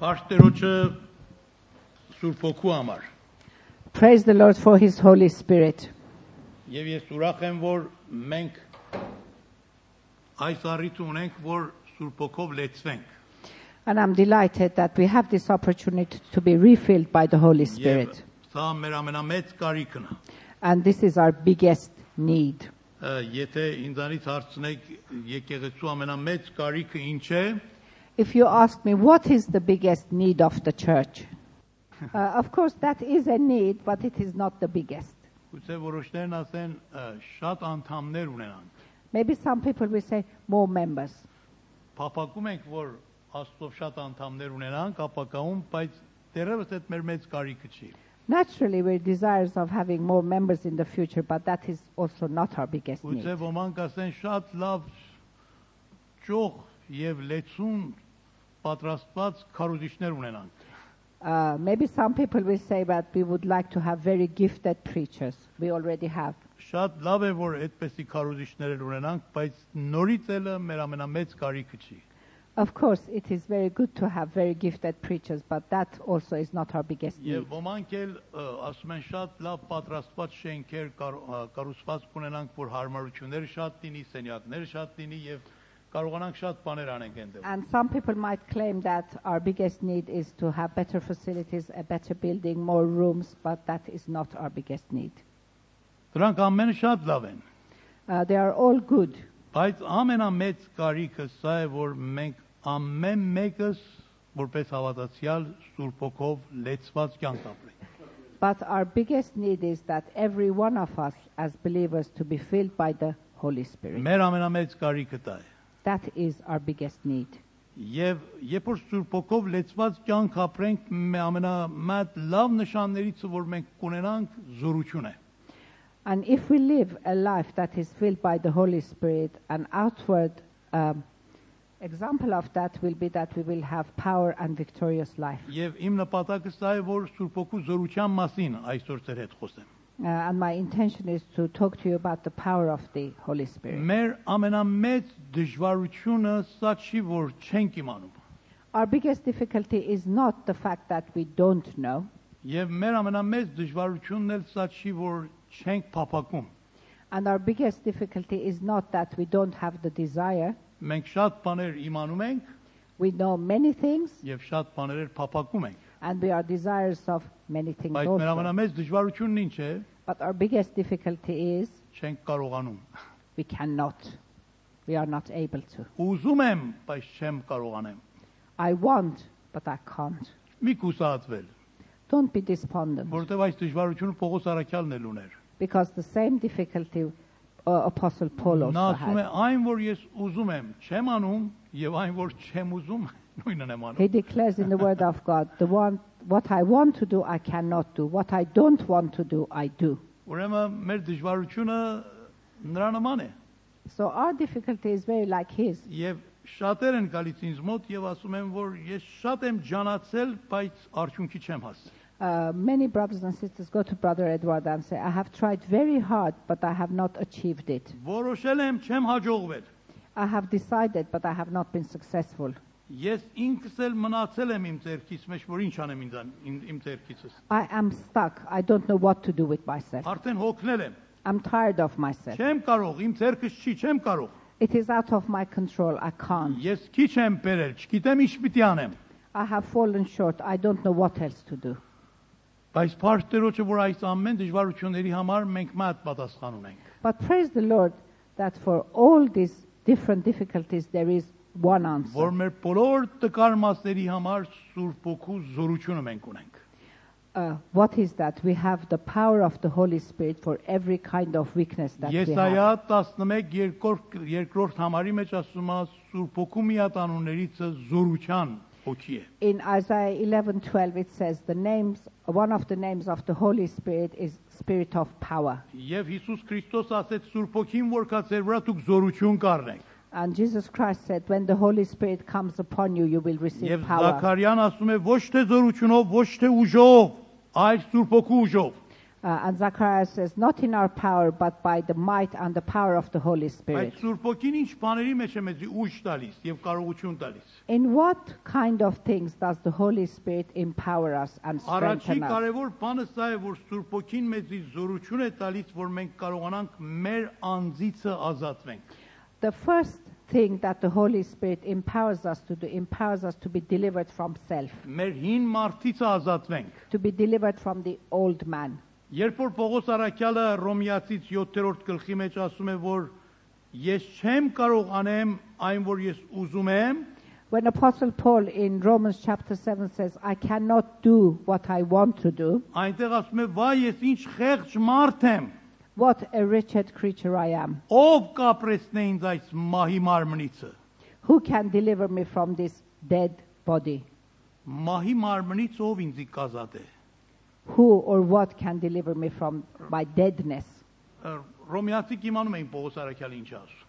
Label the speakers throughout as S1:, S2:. S1: Պարշտերոջը Սուրբ Օգու համար։
S2: Praise the Lord for His Holy Spirit.
S1: Եվ ես ուրախ եմ, որ մենք այս առիթը ունենք, որ Սուրբ Օգով լեցվենք։
S2: And I'm delighted that we have this opportunity to be refilled by the Holy
S1: Եվ
S2: Spirit.
S1: սա մեր ամենամեծ կարիքն է։
S2: And this is our biggest need.
S1: Ա, Եթե ինձանից հարցնեք եկեղեցու ամենամեծ կարիքը ինչ է,
S2: If you ask me, what is the biggest need of the church? Uh, of course, that is a need, but it is not the biggest.
S1: գուցե որոշներն ասեն ա, շատ անդամներ ունենան։
S2: Maybe some people will say more members.
S1: Փափակում ենք, որ Աստծով շատ անդամներ ունենանք ապակաում, բայց դերևս այդ մեր մեծ կարիքը չի։
S2: Naturally, we're desirous of having more members in the future, but that is also not our biggest need.
S1: Գուցե ոմանք ասեն շատ լավ ճոխ եւ լեցուն պատրաստված քարոզիչներ ունենանք։
S2: Uh, maybe some people will say that we would like to have very gifted preachers. We already have.
S1: Շատ լավ է, որ այդպեսի քարոզիչներ էլ ունենանք, բայց նորից ելը մեր ամենամեծ կարիքը չի։
S2: Of course, it is very good to have very gifted preachers, but that also is not our biggest need.
S1: Եվ ոմանք էլ ը, ասում են շատ լավ պատրաստված շենքեր կար- ա, կառուցված կունենանք, որ հարմարությունները շատ լինի, սենյակները շատ լինի եւ կարողանանք շատ բաներ անենք այնտեղ։
S2: And some people might claim that our biggest need is to have better facilities, a better building, more rooms, but that is not our biggest need.
S1: Դրանք ամենը շատ լավ են,
S2: Uh, they are all good,
S1: բայց ամենամեծ կարիքը սա է, որ մենք ամեն մեկս որպես հավատացյալ Սուրբ Օքով լեցված կյանք ապրենք։
S2: but our biggest need is that every one of us as believers to be filled by the Holy Spirit.
S1: Մեր ամենամեծ կարիքը դա է։
S2: That is our biggest need.
S1: Եվ երբ որ Սուրբ Օքով լեցված կյանք ապրենք, մե- ամենամեծ լավ նշաններից, որ մենք կունենանք, զորություն է։
S2: And if we live a life that is filled by the Holy Spirit, an outward um, example of that will be that we will have power and victorious life.
S1: Եվ իմ նպատակը սա է, որ Սուրբ Օգու զորության մասին այսօր ձեր հետ խոսեմ։
S2: Uh, and my intention is to talk to you about the power of the Holy Spirit.
S1: Մեր ամենամեծ դժվարությունը սա չի, որ չենք իմանում։
S2: Our biggest difficulty is not the fact that we don't know,
S1: Եվ մեր ամենամեծ դժվարությունն էլ սա չի, որ չենք փափակում։
S2: and our biggest difficulty is not that we don't have the desire.
S1: Մենք շատ բաներ իմանում ենք
S2: We know many things,
S1: եւ շատ բաներ էլ փափակում ենք։
S2: and we are desirous of many things
S1: Բայց մեր
S2: also.
S1: ամենամեծ դժվարությունն ինչ է,
S2: But our biggest difficulty is
S1: չենք կարողանում։
S2: we cannot. We are not able to.
S1: Ուզում եմ, բայց չեմ կարողանեմ։
S2: I want, but I can't.
S1: Մի կուսածվել,
S2: Don't be despondent,
S1: որովհետեւ այս դժվարությունը Պողոս Արաքյալն էլ ուներ։
S2: because the same difficulty uh, Apostle Paul
S1: Նա
S2: also
S1: ասում է
S2: had.
S1: այն որ ես ուզում եմ չեմ անում եւ այն որ չեմ ուզում նույնն եմ
S2: He
S1: անում
S2: declares in the Word of God, the one, what I want to do, I cannot do. What I don't want to do, I do.
S1: ուրեմն մեր դժվարությունը նրա նման է
S2: So our difficulty is very like his.
S1: եւ շատեր են գալիս ինձ մոտ եւ ասում են որ ես շատ եմ ջանացել բայց արդյունքի չեմ հասել
S2: Uh, many brothers and sisters go to Brother Edward and say, I have tried very hard, but I have not achieved it.
S1: որոշել եմ չեմ հաջողվել
S2: I have decided, but I have not been successful.
S1: ես ինքս էլ մնացել եմ իմ ձերքից մեջ որ ինչ անեմ ինձ իմ, իմ ձերքիցս
S2: I am stuck. I don't know what to do with myself.
S1: արդեն հոգնել եմ
S2: I'm tired of myself.
S1: չեմ կարող իմ ձերքս չի չեմ կարող
S2: It is out of my control. I can't.
S1: ես քիչ եմ բերել չգիտեմ ինչ պիտի անեմ
S2: I have fallen short. I don't know what else to do.
S1: Բայց Փարտերոջը որ այս ամեն դժվարությունների համար մենք մատ պատասխան ունենք։
S2: But praise the Lord that for all these different difficulties, there is one answer.
S1: Որ մեր բոլոր տկար մասերի համար Սուրբ Օգու զորությունը մենք ունենք։
S2: Uh, what is that? We have the power of the Holy Spirit for every kind of weakness that we
S1: Եսայա
S2: have.
S1: 11 երկրորդ երկրորդ համարի մեջ ասում է Սուրբ Օգու միատանուններից զորության հոգի է։
S2: In Isaiah 11:12, it says, "The names, one of the names of the Holy Spirit is Spirit of Power."
S1: Եվ Հիսուս Քրիստոս ասեց Սուրբ Օգին, որ կա ձեր վրա դուք զորություն կառնեք։
S2: And Jesus Christ said, "When the Holy Spirit comes upon you, you will receive
S1: Եվ
S2: power."
S1: Զաքարյան ասում է ոչ թե զորությունով, ոչ թե ուժով, այլ Սուրբ Օգու ուժով։
S2: Uh, and Zacharias says, Not in our power, but by the might and the power of the Holy Spirit.
S1: Բայց Սուրբ Օքին ինչ բաների մեջ է մեզ ուժ տալիս եւ կարողություն տալիս։
S2: In what kind of things does the Holy Spirit empower us and
S1: Առաջին
S2: strengthen us?
S1: կարևոր բանը սա է, որ Սուրբ Օքին մեզ զորություն է տալիս, որ մենք կարողանանք մեր անձիցը ազատվենք։
S2: The first thing that the Holy Spirit empowers us to do empowers us to be delivered from self,
S1: Մեր հին մարդիցը ազատվենք։
S2: to be delivered from the old man.
S1: Երբ որ Պողոս Արաքյալը Ռոմեացից 7-րդ գլխի մեջ ասում է, որ ես չեմ կարող անեմ այն, որ ես ուզում եմ,
S2: When Apostle Paul in Romans chapter 7 says, I cannot do what I want to do,
S1: այնտեղ ասում է, վայ, ես ինչ խեղճ մարդ եմ։
S2: what a wretched creature I am.
S1: Ով կապրեսնե ինձ այս մահի մարմնիցը։
S2: Who can deliver me from this dead body?
S1: Մահի մարմնից ով ինձ կազատե։
S2: Who or what can deliver me from my deadness?
S1: Ը, Ռոմեացիք իմանում էին Պողոս Արաքյալը ինչ ասում։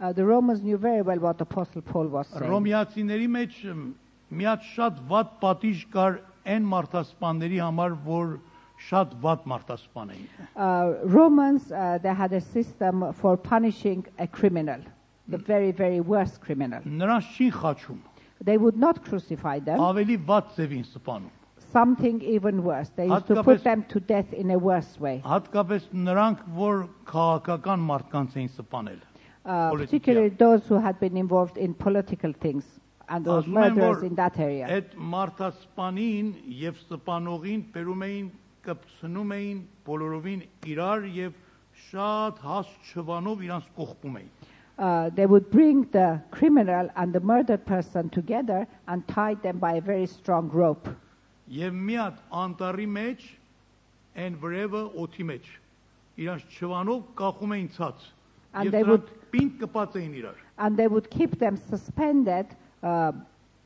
S2: Uh, the Romans knew very well what Apostle Paul was saying.
S1: Ռոմեացիների մեջ մ, միած շատ ված պատիժ կար այն մարդասպանների համար, որ շատ ված մարդասպան էին։
S2: uh, Romans, uh, they had a system for punishing a criminal, the very, very worst criminal.
S1: Նրանց չի խաչում։
S2: They would not crucify them,
S1: ավելի ված ձևին սպանում։
S2: something even worse. They used to
S1: Հատկապես-
S2: put them to death in a worse way.
S1: Հատկապես նրանք, որ քաղաքական մարդկանց էին սպանել։
S2: Uh,
S1: Political.
S2: particularly those who had been involved in political things and those
S1: Ասում են, որ
S2: murderers in that area.
S1: Այդ մարդասպանին եւ սպանողին բերում էին կպցնում էին բոլորովին իրար եւ շատ հաստ շվանով իրանց կողպում էին։
S2: Uh, they would bring the criminal and the murdered person together and tie them by a very strong rope.
S1: Եվ մի հատ անտարի մեջ այն վրևը օթի մեջ իրանց շվանով կախում էին ցած։
S2: And
S1: Եվ
S2: they
S1: նրանք պինդ կպած էին իրար։
S2: and they would keep them suspended uh,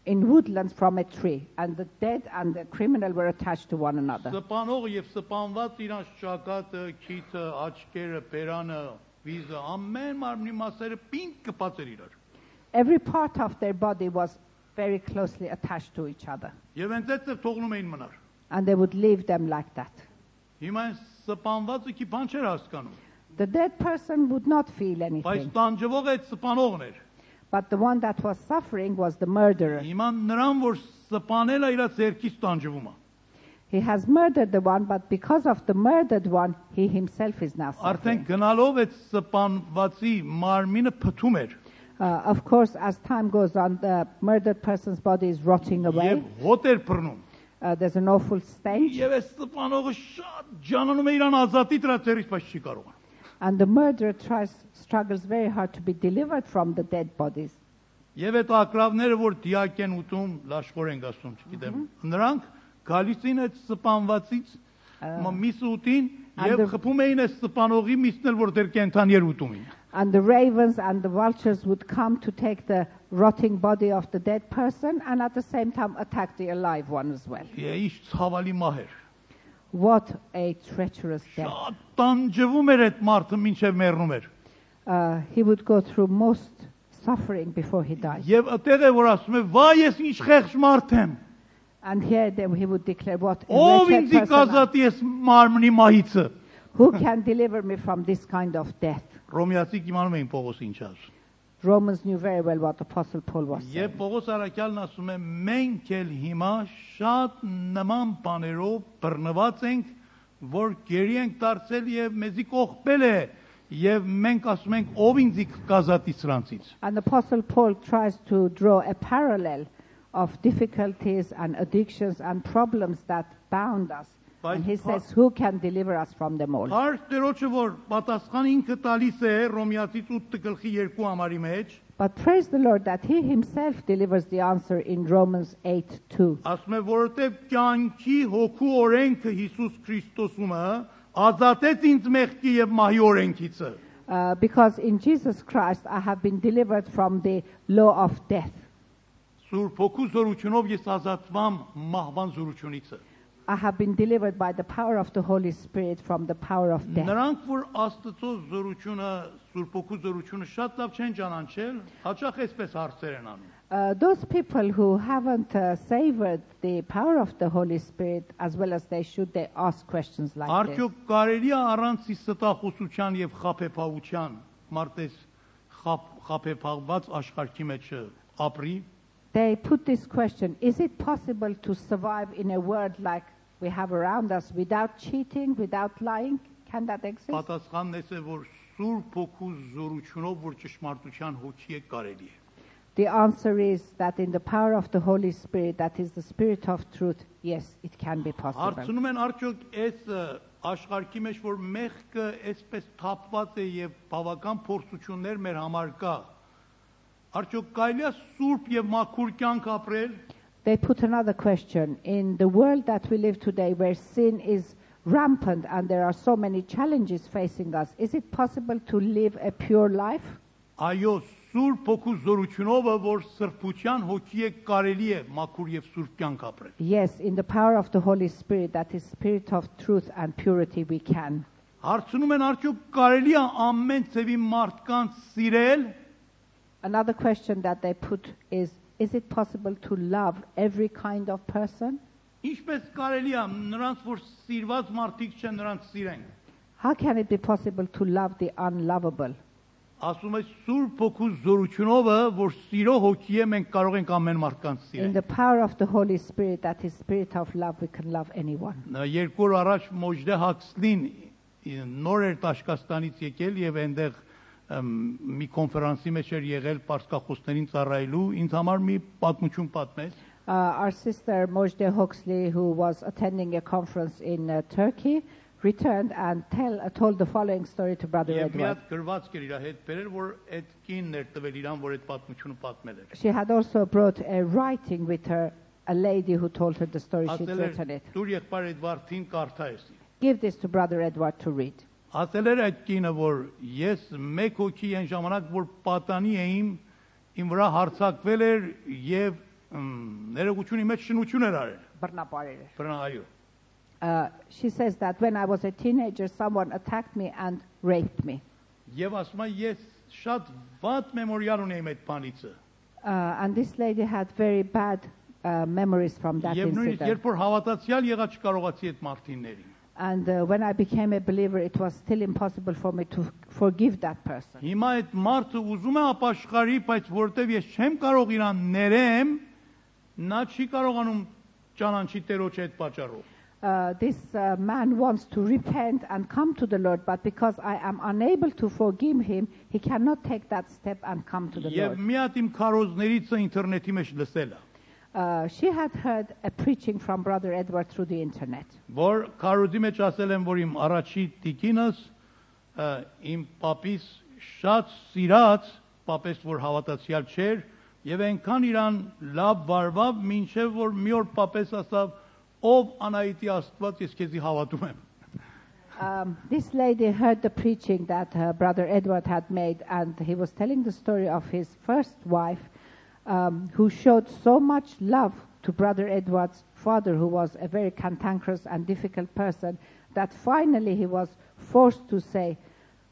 S2: in woodlands from a tree, and the dead and the criminal were attached to one another.
S1: Սպանող եւ սպանված իրանց ճակատը, քիթը, աչքերը, բերանը, վիզը, ամեն մարմնի մասերը պինդ կպած էր իրար։
S2: Every part of their body was very closely attached to each other,
S1: Եվ այնտեղ էլ թողնում էին մնար։
S2: and they would leave them like that.
S1: Հիմա այս սպանվածը քի բան չէր հասկանում,
S2: The dead person would not feel
S1: բայց
S2: anything,
S1: տանջվող այդ սպանողն էր։
S2: but the one that was suffering was the murderer.
S1: Հիմա նրան, որ սպանելա իր ձերքից տանջվում է։
S2: He has murdered the one, but because of the murdered one, he himself is now
S1: Արդեն
S2: suffering.
S1: գնալով այդ սպանվածի մարմինը փթում էր
S2: Uh, of course, as time goes on, the murdered person's body is rotting away.
S1: եւ հոտ էր բռնում։
S2: Uh, there's an awful stench.
S1: Եվ այս սպանողը շատ ջանանում է իրան ազատի դրա ձերից, բայց չի կարողանում։
S2: And the murderer tries, struggles very hard to be delivered from the dead bodies.
S1: Եվ այդ ակրավները, որ դիակ են ուտում, լաշխոր են ասում, չգիտեմ։ Նրանք գալիս էին այդ սպանվածից մա- միս ուտին եւ
S2: Անդր-
S1: խփում էին այդ սպանողի միսն էլ, որ դեր կենթան եր ուտում էին։
S2: And the ravens and the vultures would come to take the rotting body of the dead person and at the same time attack the alive one as well.
S1: Եա ինչ ցավալի մահ էր։
S2: What a treacherous death.
S1: Շատ տանջվում էր այդ մարդը, ինչեւ մեռնում էր։
S2: Uh, he would go through most suffering before he died.
S1: Եվ ըտեղ է որ ասում է, «Վայ, ես ինչ խեղճ մարդ եմ»։
S2: And here they, he would declare, What a
S1: Ով ինձ
S2: wretched person I am.
S1: կազատի այս մարմնի մահիցը։
S2: Who can deliver me from this kind of death?
S1: Ռոմեացիք իմանում էին Պողոսը ինչ ասում։
S2: Romans knew very well what Apostle Paul was saying.
S1: Եվ Պողոս Արաքյալն ասում է մենք էլ հիմա շատ նման բաներով բռնված ենք, որ գերի ենք դարձել եւ մեզի կողպել է եւ մենք ասում ենք ով ինձ կազատի սրանցից։
S2: And Apostle Paul tries to draw a parallel of difficulties and addictions and problems that bound us.
S1: Բայց
S2: and he
S1: Paul-
S2: says, Who can deliver us from them all?
S1: Հարց դերոջը որ պատասխան ինքը տալիս է Ռոմեացից 8 գլխի 2 համարի մեջ,
S2: But praise the Lord that he himself delivers the answer in Romans 8 2.
S1: ասում է որովհետեւ կյանքի հոգու օրենքը Հիսուս Քրիստոսումը ազատեց ինձ մեղքի եւ մահի օրենքիցը։
S2: Uh, because in Jesus Christ I have been delivered from the law of death.
S1: Սուրբ հոգու զորությունով ես ազատվամ մահվան զորությունիցը։
S2: I have been delivered by the power of the Holy Spirit from the power of death.
S1: Նրանք որ Աստծո զորությունը, Սուրբ Օգու զորությունը շատ լավ չեն ճանաչել, հաճախ այսպես հարցեր են անում։
S2: Uh, uh, those people who haven't uh, savored the power of the Holy Spirit as well as they should, they ask questions like this.
S1: Արդյոք կարելի է առանց իս ստախոսության եւ խափեփավության մարտես խափ խափեփաղված աշխարհի մեջ ապրի
S2: They put this question Is it possible to survive in a world like we have around us without cheating, without lying? Can that exist?
S1: պատասխանն էս է որ Սուրբ Հոգու զորությունով որ ճշմարտության հոգի է կարելի է
S2: The answer is that in the power of the Holy Spirit, that is the Spirit of truth, yes, it can be possible.
S1: Հարցնում են արդյոք այս ը, աշխարհի մեջ որ մեղքը այսպես թափված է եւ բավական փորձություններ մեր համար կա արդյոք կարելի է Սուրբ եւ մաքուր կյանք ապրել
S2: They put another question. In the world that we live today, where sin is rampant and there are so many challenges facing us, is it possible to live a pure life?
S1: այո Սուրբ Հոգու զորությունովը որ սրբության հոգի է կարելի է մաքուր եւ սուրբ կյանք ապրել
S2: Yes, in the power of the Holy Spirit, that is spirit of truth and purity, we can.
S1: Հարցնում են արդյոք կարելի է ամեն ծևի մարդկանց սիրել
S2: Another question that they put is Is it possible to love every kind of person?
S1: ինչպես կարելի է նրանց որ սիրված մարդիկ չեն նրանց սիրեն
S2: How can it be possible to love the unlovable?
S1: Ասում է Սուրբ Հոգու զորությունովը, որ սիրո հոգի է, մենք կարող ենք ամեն մարդկանց
S2: In
S1: սիրել։
S2: the power of the Holy Spirit, that is spirit of love, we can love anyone.
S1: Նա Երկու օր առաջ Մոժդե Հաքսլին ին- նոր էր Տաշկաստանից եկել եւ այնտեղ ըմ, մի կոնֆերանսի մեջ էր եղել Պարսկախոսներին ծառայելու, ինձ համար մի պատմություն պատմեց։
S2: Uh, our sister Mojde Hoxley, who was attending a conference in uh, Turkey, returned and tell, uh, told the following story to Brother
S1: Եվ մի
S2: Edward.
S1: հատ գրվածք էր իր հետ բերել, որ այդ կինն էր տվել իրան, որ այդ պատմությունը պատմել էր։
S2: She had also brought a writing with her, a lady who told her the story. She'd
S1: Ասել էր.
S2: written it.
S1: «Դուր եղբայր Էդվարդին կարդա ես»։
S2: Give this to Brother Edward to read.
S1: Ասել էր այդ կինը, որ ես մեկ հոգի այն ժամանակ, որ պատանի էիմ, իմ վրա հարցակվել էր եւ ըմ, ներողությունի մեջ շնություն էր արել։
S2: Բռնապարերը.
S1: Բրնա այո։
S2: Uh, she says that when I was a teenager, someone attacked me and raped me.
S1: Եվ ասում է ես շատ ված մեմորիալ ունեմ այդ բանիցը։
S2: Uh, and this lady had very bad uh, memories from that
S1: Եվ նույնիսկ
S2: incident.
S1: երբ որ հավատացյալ եղա չկարողացի այդ մարդիններին։
S2: And uh, when I became a believer, it was still impossible for me to forgive that person.
S1: Հիմա այդ մարդը ուզում է ապաշխարի, բայց որտեվ ես չեմ կարող իրան ներեմ, նա չի կարողանում ճանաչի Տերոջ այդ պատճառով։
S2: Uh, this uh, man wants to repent and come to the Lord, but because I am unable to forgive him, he cannot take that step and come to the
S1: Եվ
S2: Lord.
S1: մի հատ իմ քարոզներից ինտերնետի մեջ լսելա,
S2: Uh, she had heard a preaching from Brother Edward through the internet.
S1: որ քարոզի մեջ ասել եմ, որ իմ առաջի տիկինս ը, իմ papis շատ սիրած, papes որ հավատացյալ չէր, եւ այնքան իրան լավ վարվավ, ինչեւ որ մի օր papes ասավ, ով Անահիտի Աստված, ես քեզի հավատում եմ։
S2: Um, this lady heard the preaching that her brother Edward had made, and he was telling the story of his first wife, um, who showed so much love to brother Edward's father, who was a very cantankerous and difficult person, that finally he was forced to say,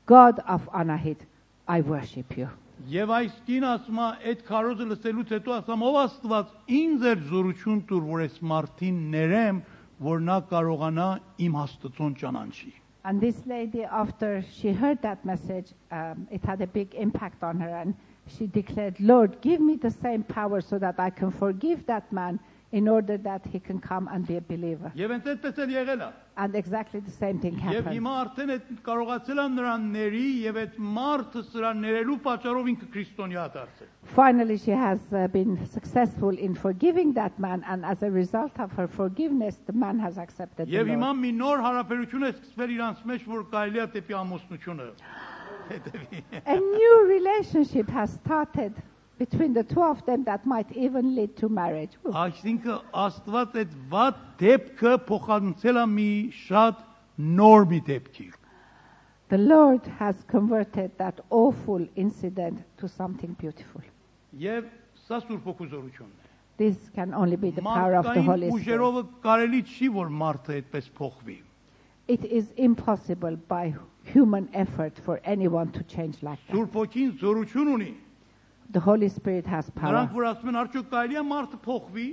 S2: God of Anahit, I worship you.
S1: Եվ այս կին ասում է, այդ քարոզը լսելուց հետո ասամ, ով Աստված, ինձ էր զորություն տուր, որ այս մարդին ներեմ, որ նա կարողանա իմ Աստծուն ճանաչի։
S2: And this lady, after she heard that message, um, it had a big impact on her, and she declared, Lord, give me the same power so that I can forgive that man in order that he can come and be a believer.
S1: Եվ ընդ այդպես էլ եղել է։
S2: And exactly the same thing
S1: Եվ
S2: happened.
S1: հիմա արդեն այդ կարողացել են նրան ների եւ այդ մարդը սրան ներելու պատճառով ինքը քրիստոնյա է դարձել։
S2: Finally, she has uh, been successful in forgiving that man, and as a result of her forgiveness, the man has accepted the
S1: Եվ
S2: Lord.
S1: հիմա մի նոր հարաբերություն է սկսվել իրանց մեջ, որ կարելի է դեպի ամուսնությունը։ հետևի։
S2: A new relationship has started between the two of them that might even lead to marriage. Ooh.
S1: Այսինքն Աստված այդ ված դեպքը փոխանցել է մի շատ նոր մի դեպքի։
S2: The Lord has converted that awful incident to something beautiful.
S1: Եվ սա Սուրբ Հոգու զորությունն է։
S2: This can only be the power of the
S1: Մարդկային
S2: Holy Spirit.
S1: ուժերովը կարելի չի որ մարդը այդպես փոխվի։
S2: It is impossible by human effort for anyone to change like that.
S1: Սուրբ Հոգին զորություն ունի
S2: The Holy Spirit has power.
S1: Նրանք որ ասում են արդյոք կարելի է մարդը փոխվի,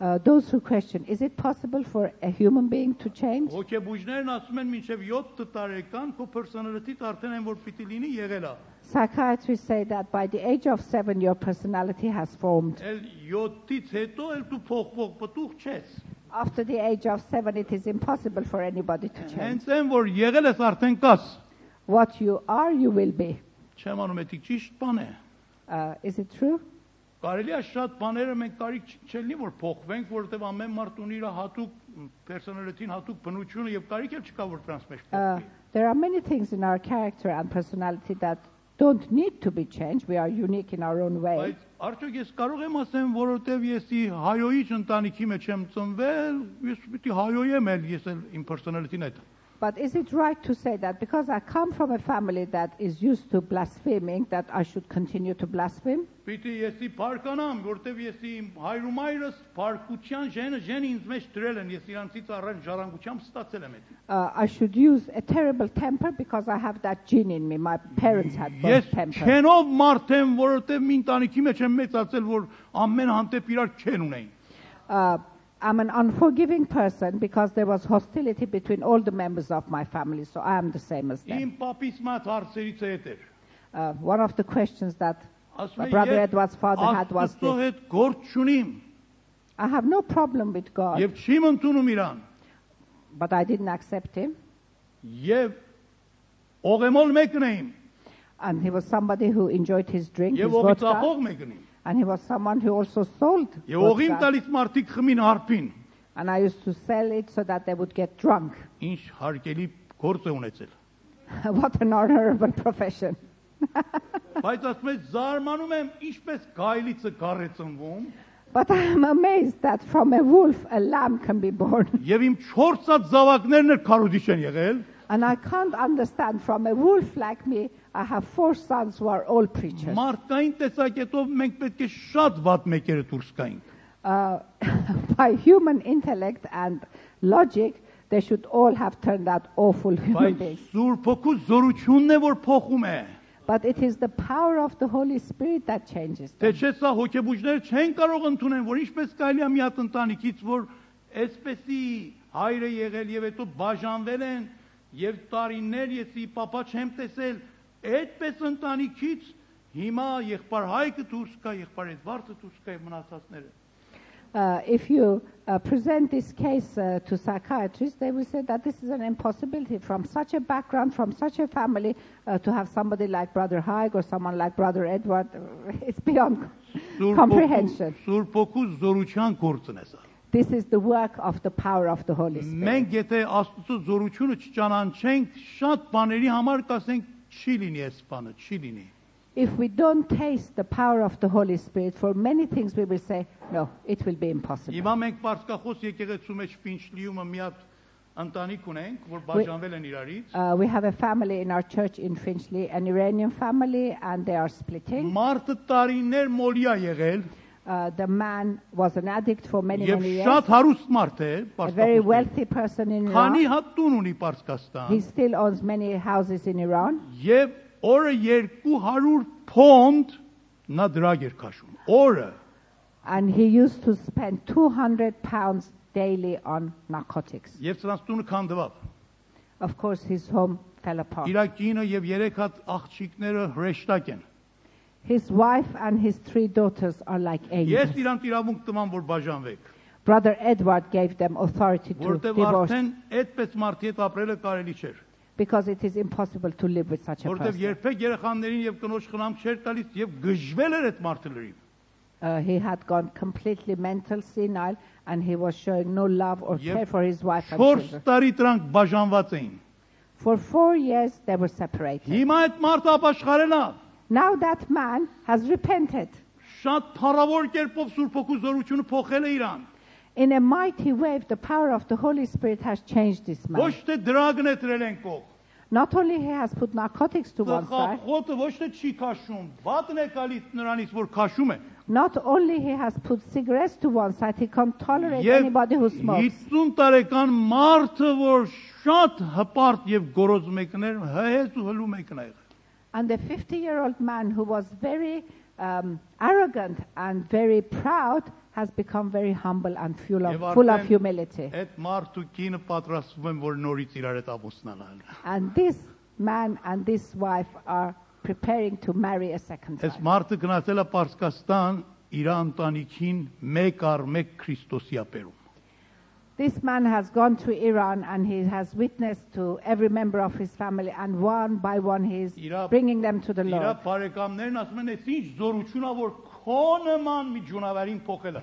S2: Uh, those who question, is it possible for a human being to change?
S1: հոգեբույժներն ասում են մինչև 7 տարեկան քո personality-ն արդեն այն որ պիտի լինի եղել է։
S2: Psychiatrists say that by the age of seven, your personality has formed.
S1: Էլ 7-ից հետո էլ դու փոխվող պտուղ չես։
S2: After the age of seven, it is impossible for anybody to
S1: Հենց
S2: change.
S1: այն որ եղել ես արդեն կաս։
S2: What you are, you will be.
S1: Չեմ անում էտիկ ճիշտ բան է։
S2: Uh, is it true?
S1: Կարելի է շատ բաները մենք կարիք չ- չլինի որ փոխվենք, որովհետև ամեն մարդ ունի իր հատուկ personality-ն, հատուկ բնությունը եւ կարիք էլ չկա որ դրանց մեջ
S2: Uh,
S1: փոխվի։
S2: there are many things in our character and personality that don't need to be changed. We are unique in our own way.
S1: Բայց արդյոք ես կարող եմ ասեմ, որովհետև ես ի հայոյիչ ընտանիքի մեջ եմ ծնվել, ես պիտի հայոյեմ էլ, ես էլ իմ personality-ն այդ։
S2: But is it right to say that because I come from a family that is used to blaspheming, that I should continue to blaspheme?
S1: Պիտի եսի փարկանամ, որովհետև ես իմ հայրումայրս փարկության ժենը ժեն ինձ մեջ դրել են, ես իրանցից առանց ժառանգությամբ ստացել եմ այդ։
S2: Uh, I should use a terrible temper because I have that gene in me. My parents had both
S1: Ես
S2: temper.
S1: քենով մարդ եմ, որովհետև իմ ընտանիքի մեջ եմ մեծացել, որ ամեն հանդեպ իրար քեն ունեին։
S2: Uh, I'm an unforgiving person because there was hostility between all the members of my family, so I am the same as them.
S1: Իմ papis մատ հարցերից է դա։
S2: Uh, one of the questions that
S1: Ասում
S2: my
S1: է,
S2: brother
S1: «Ես
S2: Edward's father had was
S1: Աստծո
S2: this.
S1: հետ գործ չունիմ
S2: I have no problem with God,
S1: եւ չիմ ընդունում իրան։
S2: but I didn't accept him.
S1: Եվ օղեմոլ մեկն էին
S2: And he was somebody who enjoyed his drink, his
S1: եւ օղի
S2: vodka.
S1: ծախող մեկն էին։
S2: And he was someone who also sold
S1: Եվ օղին
S2: vodka.
S1: տալիս մարդիկ խմին հարփին։
S2: And I used to sell it so that they would get drunk.
S1: Ինչ հարկելի գործ է ունեցել։
S2: what an honorable profession.
S1: Բայց ասում եմ զարմանում եմ ինչպես գայլիցը գառեցնվում
S2: But I am amazed that from a wolf a lamb can be born.
S1: եւ իմ 4-ած զավակներն էլ քարոզիչ են եղել։
S2: And I can't understand from a wolf like me, I have four sons who are all preachers.
S1: Մարդկային տեսակետով մենք պետք է շատ ված մեկերը դուրս գայինք։
S2: Uh, by human intellect and logic, they should all have turned out awful human
S1: Բայց
S2: beings.
S1: Սուրբ Հոգու զորությունն է, որ փոխում է։
S2: But it is the power of the Holy Spirit that changes
S1: Թե
S2: them.
S1: չէ սա հոգեբույժները չեն կարող ընդունել, որ ինչպես կարելի է մի հատ ընտանիքից, որ այսպեսի հայրը եղել եւ հետո բաժանվել են եւ տարիներ եսի papa չեմ տեսել, այդպես ընտանիքից հիմա եղբար հայկը դուրս կա, եղբար Էդվարդը դուրս կա եւ մնացածները։
S2: Uh, if you uh, present this case uh, to psychiatrists, they will say that this is an impossibility from such a background, from such a family, uh, to have somebody like Brother Haig or someone like Brother Edward. It's beyond
S1: Սուրբ Հոգու-
S2: comprehension.
S1: Սուրբ Հոգու զորության գործն է սա։
S2: This is the work of the power of the Holy Spirit.
S1: Մենք եթե Աստծո զորությունը չճանաչենք, շատ բաների համար կասենք չի լինի այս բանը, չի լինի։
S2: If we don't taste the power of the Holy Spirit, for many things we will say, no, it will be impossible.
S1: Հիմա մենք Պարսկախոս եկեղեցու մեջ Ֆինչլիումը մի հատ ընտանիք ունենք, որ բաժանվել են իրարից։
S2: Uh, we have a family in our church in Finchley, an Iranian family, and they are splitting.
S1: Մարտը տարիներ մոլիա եղել
S2: Uh, the man was an addict for many,
S1: եւ
S2: many years,
S1: շատ հարուստ մարդ է
S2: a very
S1: Պարսկախոսը։
S2: wealthy person in
S1: Քանի
S2: Iran.
S1: հատ տուն ունի
S2: He
S1: Պարսկաստան
S2: still owns many houses in Iran.
S1: եւ օրը 200 փոնդ նա դրագ էր քաշում։ Օրը
S2: And he used to spend 200 pounds daily on narcotics.
S1: եւ սրանց տունը քանդվավ։
S2: Of course, his home fell apart.
S1: Իր կինը եւ 3 հատ աղջիկները հրեշտակ են։
S2: His wife and his three daughters are like angels.
S1: Ես իրանք իրավունք տվամ որ բաժանվեք,
S2: Brother Edward gave them authority to
S1: որտեղ
S2: divorce
S1: արդեն այդպես մարդի հետ ապրելը կարելի չէր,
S2: because it is impossible to live with such a
S1: որտեղ
S2: person.
S1: երբեք երեխաներին եւ կնոջ խնամք չէր տալիս եւ գժվել էր այդ մարդը լրիվ։
S2: Uh, he had gone completely mental, senile, and he was showing no love or
S1: Yep.
S2: care for his wife and
S1: 4
S2: children.
S1: տարի դրանք բաժանված էին։
S2: For four years, they were separated.
S1: Հիմա այդ մարդը ապաշխարել է
S2: Now that man has repented.
S1: շատ փառավոր կերպով Սուրբ Հոգու զորությունը փոխել է իրան։
S2: In a mighty way, the power of the Holy Spirit has changed this man.
S1: Ոչ թե դրագն է դրել են կող։
S2: Not only he has put narcotics to one side,
S1: Խոթը ոչ թե չի քաշում, վատն է գալիս նրանից որ քաշում է։
S2: not only he has put cigarettes to one side, he can't tolerate
S1: Եվ
S2: anybody who smokes.
S1: 50 տարեկան մարդը, որ շատ հպարտ եւ գորոզ մեկներ հեզ ու հլու մեկն է եղել։
S2: And the 50-year-old man who was very um, arrogant and very proud has become very humble and full of,
S1: Եվ
S2: full of
S1: արդեն-
S2: humility.
S1: Այդ մարդու կինը պատրաստվում են որ նորից իրար հետ ամուսնանան։
S2: And this man and this wife are preparing to marry a second
S1: Այս
S2: time.
S1: մարդը գնացել է Պարսկաստան իր ընտանիքին մեկ առ մեկ Քրիստոսի ապերում։
S2: This man has gone to Iran and he has witnessed to every member of his family, and one by one he is
S1: Իրավ-
S2: bringing them to the
S1: Իր
S2: Lord.
S1: բարեկամներն ասում են, «Էս ինչ զորությունա որ քո նման մի ջունավարին փոխելը»։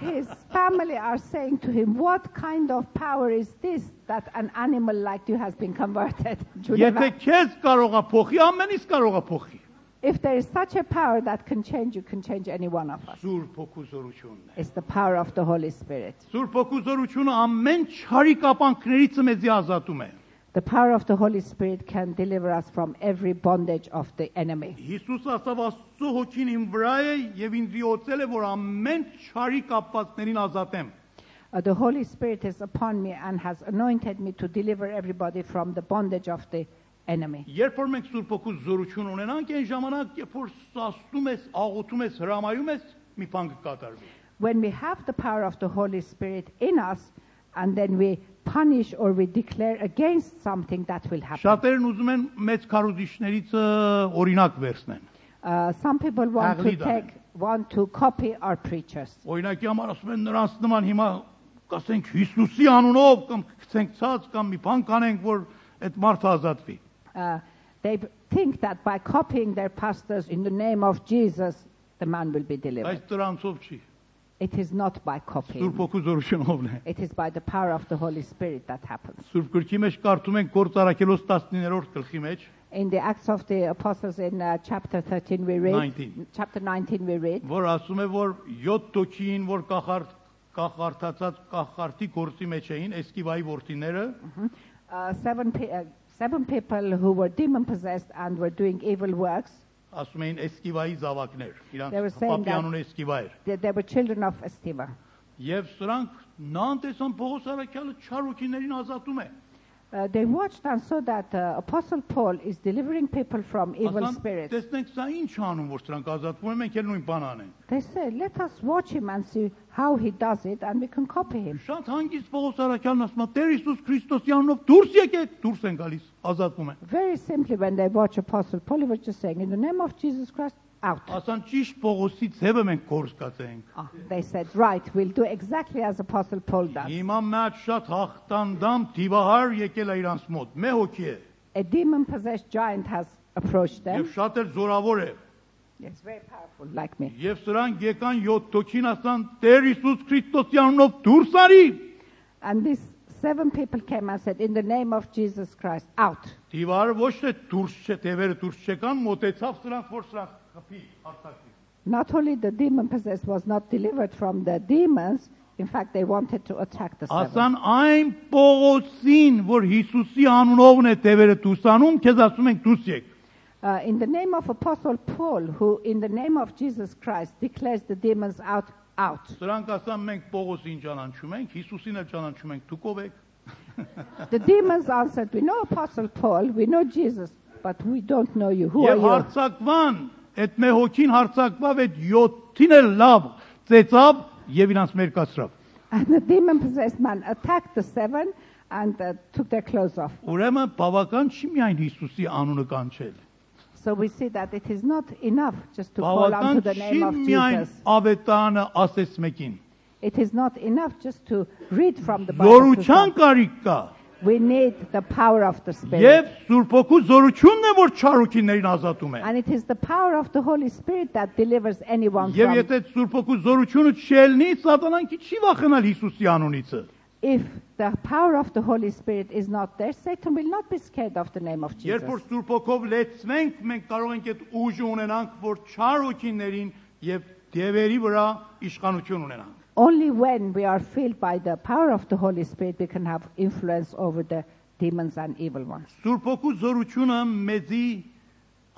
S2: His family are saying to him, What kind of power is this that an animal like you has been converted?
S1: Եթե
S2: Juniva?
S1: քեզ կարողա փոխի, ամենից կարողա փոխի։
S2: If there is such a power that can change, you can change any one of us.
S1: Սուրբ ոգու զորությունն է։
S2: It's the power of the Holy Spirit.
S1: Սուրբ ոգու զորությունը ամեն չարի կապանքներից մեզի ազատում է։
S2: The power of the Holy Spirit can deliver us from every bondage of the enemy.
S1: Հիսուս ասավ Աստծո հոգին իմ վրա է եւ ինձ յոցել է որ ամեն չարի կապվածներին ազատեմ։
S2: Uh, the Holy Spirit is upon me and has anointed me to deliver everybody from the bondage of the enemy.
S1: Երբ որ մենք Սուրբ ոգու զորություն ունենանք, այն ժամանակ երբ որ սաստում ես, աղոթում ես, հրամայում ես, մի բան կկատարվի։
S2: When we have the power of the Holy Spirit in us and then we punish or we declare against something, that will happen.
S1: Շատերն ուզում են մեծ քարոզիչներից ը, օրինակ վերցնեն։
S2: Uh, some people want to
S1: Աղլիդան են։
S2: take, want to copy our preachers.
S1: Օրինակի համար ասում են նրանց նման հիմա կասենք Հիսուսի անունով կամ գցենք ցած կամ մի բան կանենք որ այդ մարդը ազատվի։
S2: Uh, they b- think that by copying their pastors in the name of Jesus, the man will be delivered.
S1: Բայց դրանցով չի։
S2: It is not by
S1: Սուրբ
S2: copying.
S1: ոգու զորությունովն է։
S2: It is by the power of the Holy Spirit that happens.
S1: Սուրբ գրքի մեջ կարդում ենք Գործ Արաքելոց 19-րդ գլխի մեջ,
S2: In the Acts of the Apostles in uh, chapter 13 we read
S1: 19.
S2: chapter 19 we read
S1: որ ասում է որ 7 տոկին որ կախարդ կախարդացած կախարդի գործի մեջ էին Էսկիվայի ворթիները
S2: uh, seven pe- uh, seven people who were demon possessed and were doing evil works.
S1: ասում էին Էսկիվայի զավակներ
S2: They were
S1: իրանք պապի
S2: saying that-
S1: անունը Էսկիվա էր
S2: They, they were children of Estiva.
S1: եւ սրանք նա տեսան Պողոս Արաքյալը չարուկիներին ազատում է
S2: Uh, they watched and saw that uh, Apostle Paul is delivering people from evil
S1: Ասան,
S2: spirits.
S1: տեսնենք սա ինչ անում որ սրանք ազատվում են մենք էլ նույն բան անենք
S2: They said, let us watch him and see how he does it, and we can copy him.
S1: շատ հանգիստ Պողոս Արաքյալն ասում է Տեր Հիսուս Քրիստոսի անունով դուրս եկեք դուրս են գալիս ազատվում են
S2: Very simply, when they watch Apostle Paul, he was just saying, in the name of Jesus Christ, out.
S1: ասան ճիշտ Պողոսի ձևը մենք կորս կացենք
S2: Ah, they said, right, we'll do exactly as Apostle Paul does.
S1: Հիմա մաջ շատ հաղթանդամ դիվահար եկել է իրանց մոտ։ Մե հոգի է
S2: A demon possessed giant has approached
S1: եւ
S2: them.
S1: շատ էլ զորավոր է։
S2: Yes, very powerful, like me.
S1: Եվ սրանք եկան 7 տոկին ասան Տեր Հիսուս Քրիստոսի անունով դուրս արի։
S2: And these seven people came and said, in the name of Jesus Christ, out.
S1: Դիվարը ոչ թե դուրս չէ, դևերը դուրս չեկան, մոտեցավ սրանք, որ սրանք խփի, հարցակի։
S2: Not only the demon possessed was not delivered from the demons, in fact, they wanted to attack the seven.
S1: Ասան այն Պողոսին, որ Հիսուսի անունովն է դևերը դուրս անում, քեզ ասում ենք դուրս եկ։
S2: Uh, in the name of Apostle Paul, who in the name of Jesus Christ declares the demons out, out.
S1: Սրանք ասան մենք Պողոսին ճանաչում ենք, Հիսուսին էլ ճանաչում ենք, դուք ով եք։
S2: The demons answered, We know Apostle Paul, we know Jesus, but we don't know you. Who
S1: Եվ
S2: are you?
S1: հարցակվան, այդ մե հոգին հարցակվավ, այդ 7-ին էլ լավ ծեծավ եւ իրանց մերկացրավ։
S2: And the demon possessed man attacked the seven and uh, took their clothes off.
S1: Ուրեմն բավական չի միայն Հիսուսի անունը կանչել։
S2: So we see that it is not enough just to call
S1: Բավական
S2: unto the
S1: չի
S2: name of
S1: միայն
S2: Jesus.
S1: ավետանը ասես մեկին։
S2: It is not enough just to read from the Bible. to
S1: Զորության
S2: some.
S1: կարիք կա։
S2: We need the power of the Spirit.
S1: Եվ Սուրբ Հոգու զորությունն է, որ չարուկիներին ազատում է։
S2: And it is the power of the Holy Spirit that delivers anyone
S1: Եվ
S2: from
S1: եթե Սուրբ Հոգու զորությունը չելնի, սատանան քիչ չի վախենալ Հիսուսի անունիցը։
S2: If the power of the Holy Spirit is not there, Satan will not be scared of the name of Jesus.
S1: Երբ որ Սուրբ ոգով լեցնենք, մենք կարող ենք այդ ուժը ունենանք, որ չար օքիներին եւ դևերի վրա իշխանություն ունենանք։
S2: Only when we are filled by the power of the Holy Spirit, we can have influence over the demons and evil ones.
S1: Սուրբ ոգու զորությունը մեզի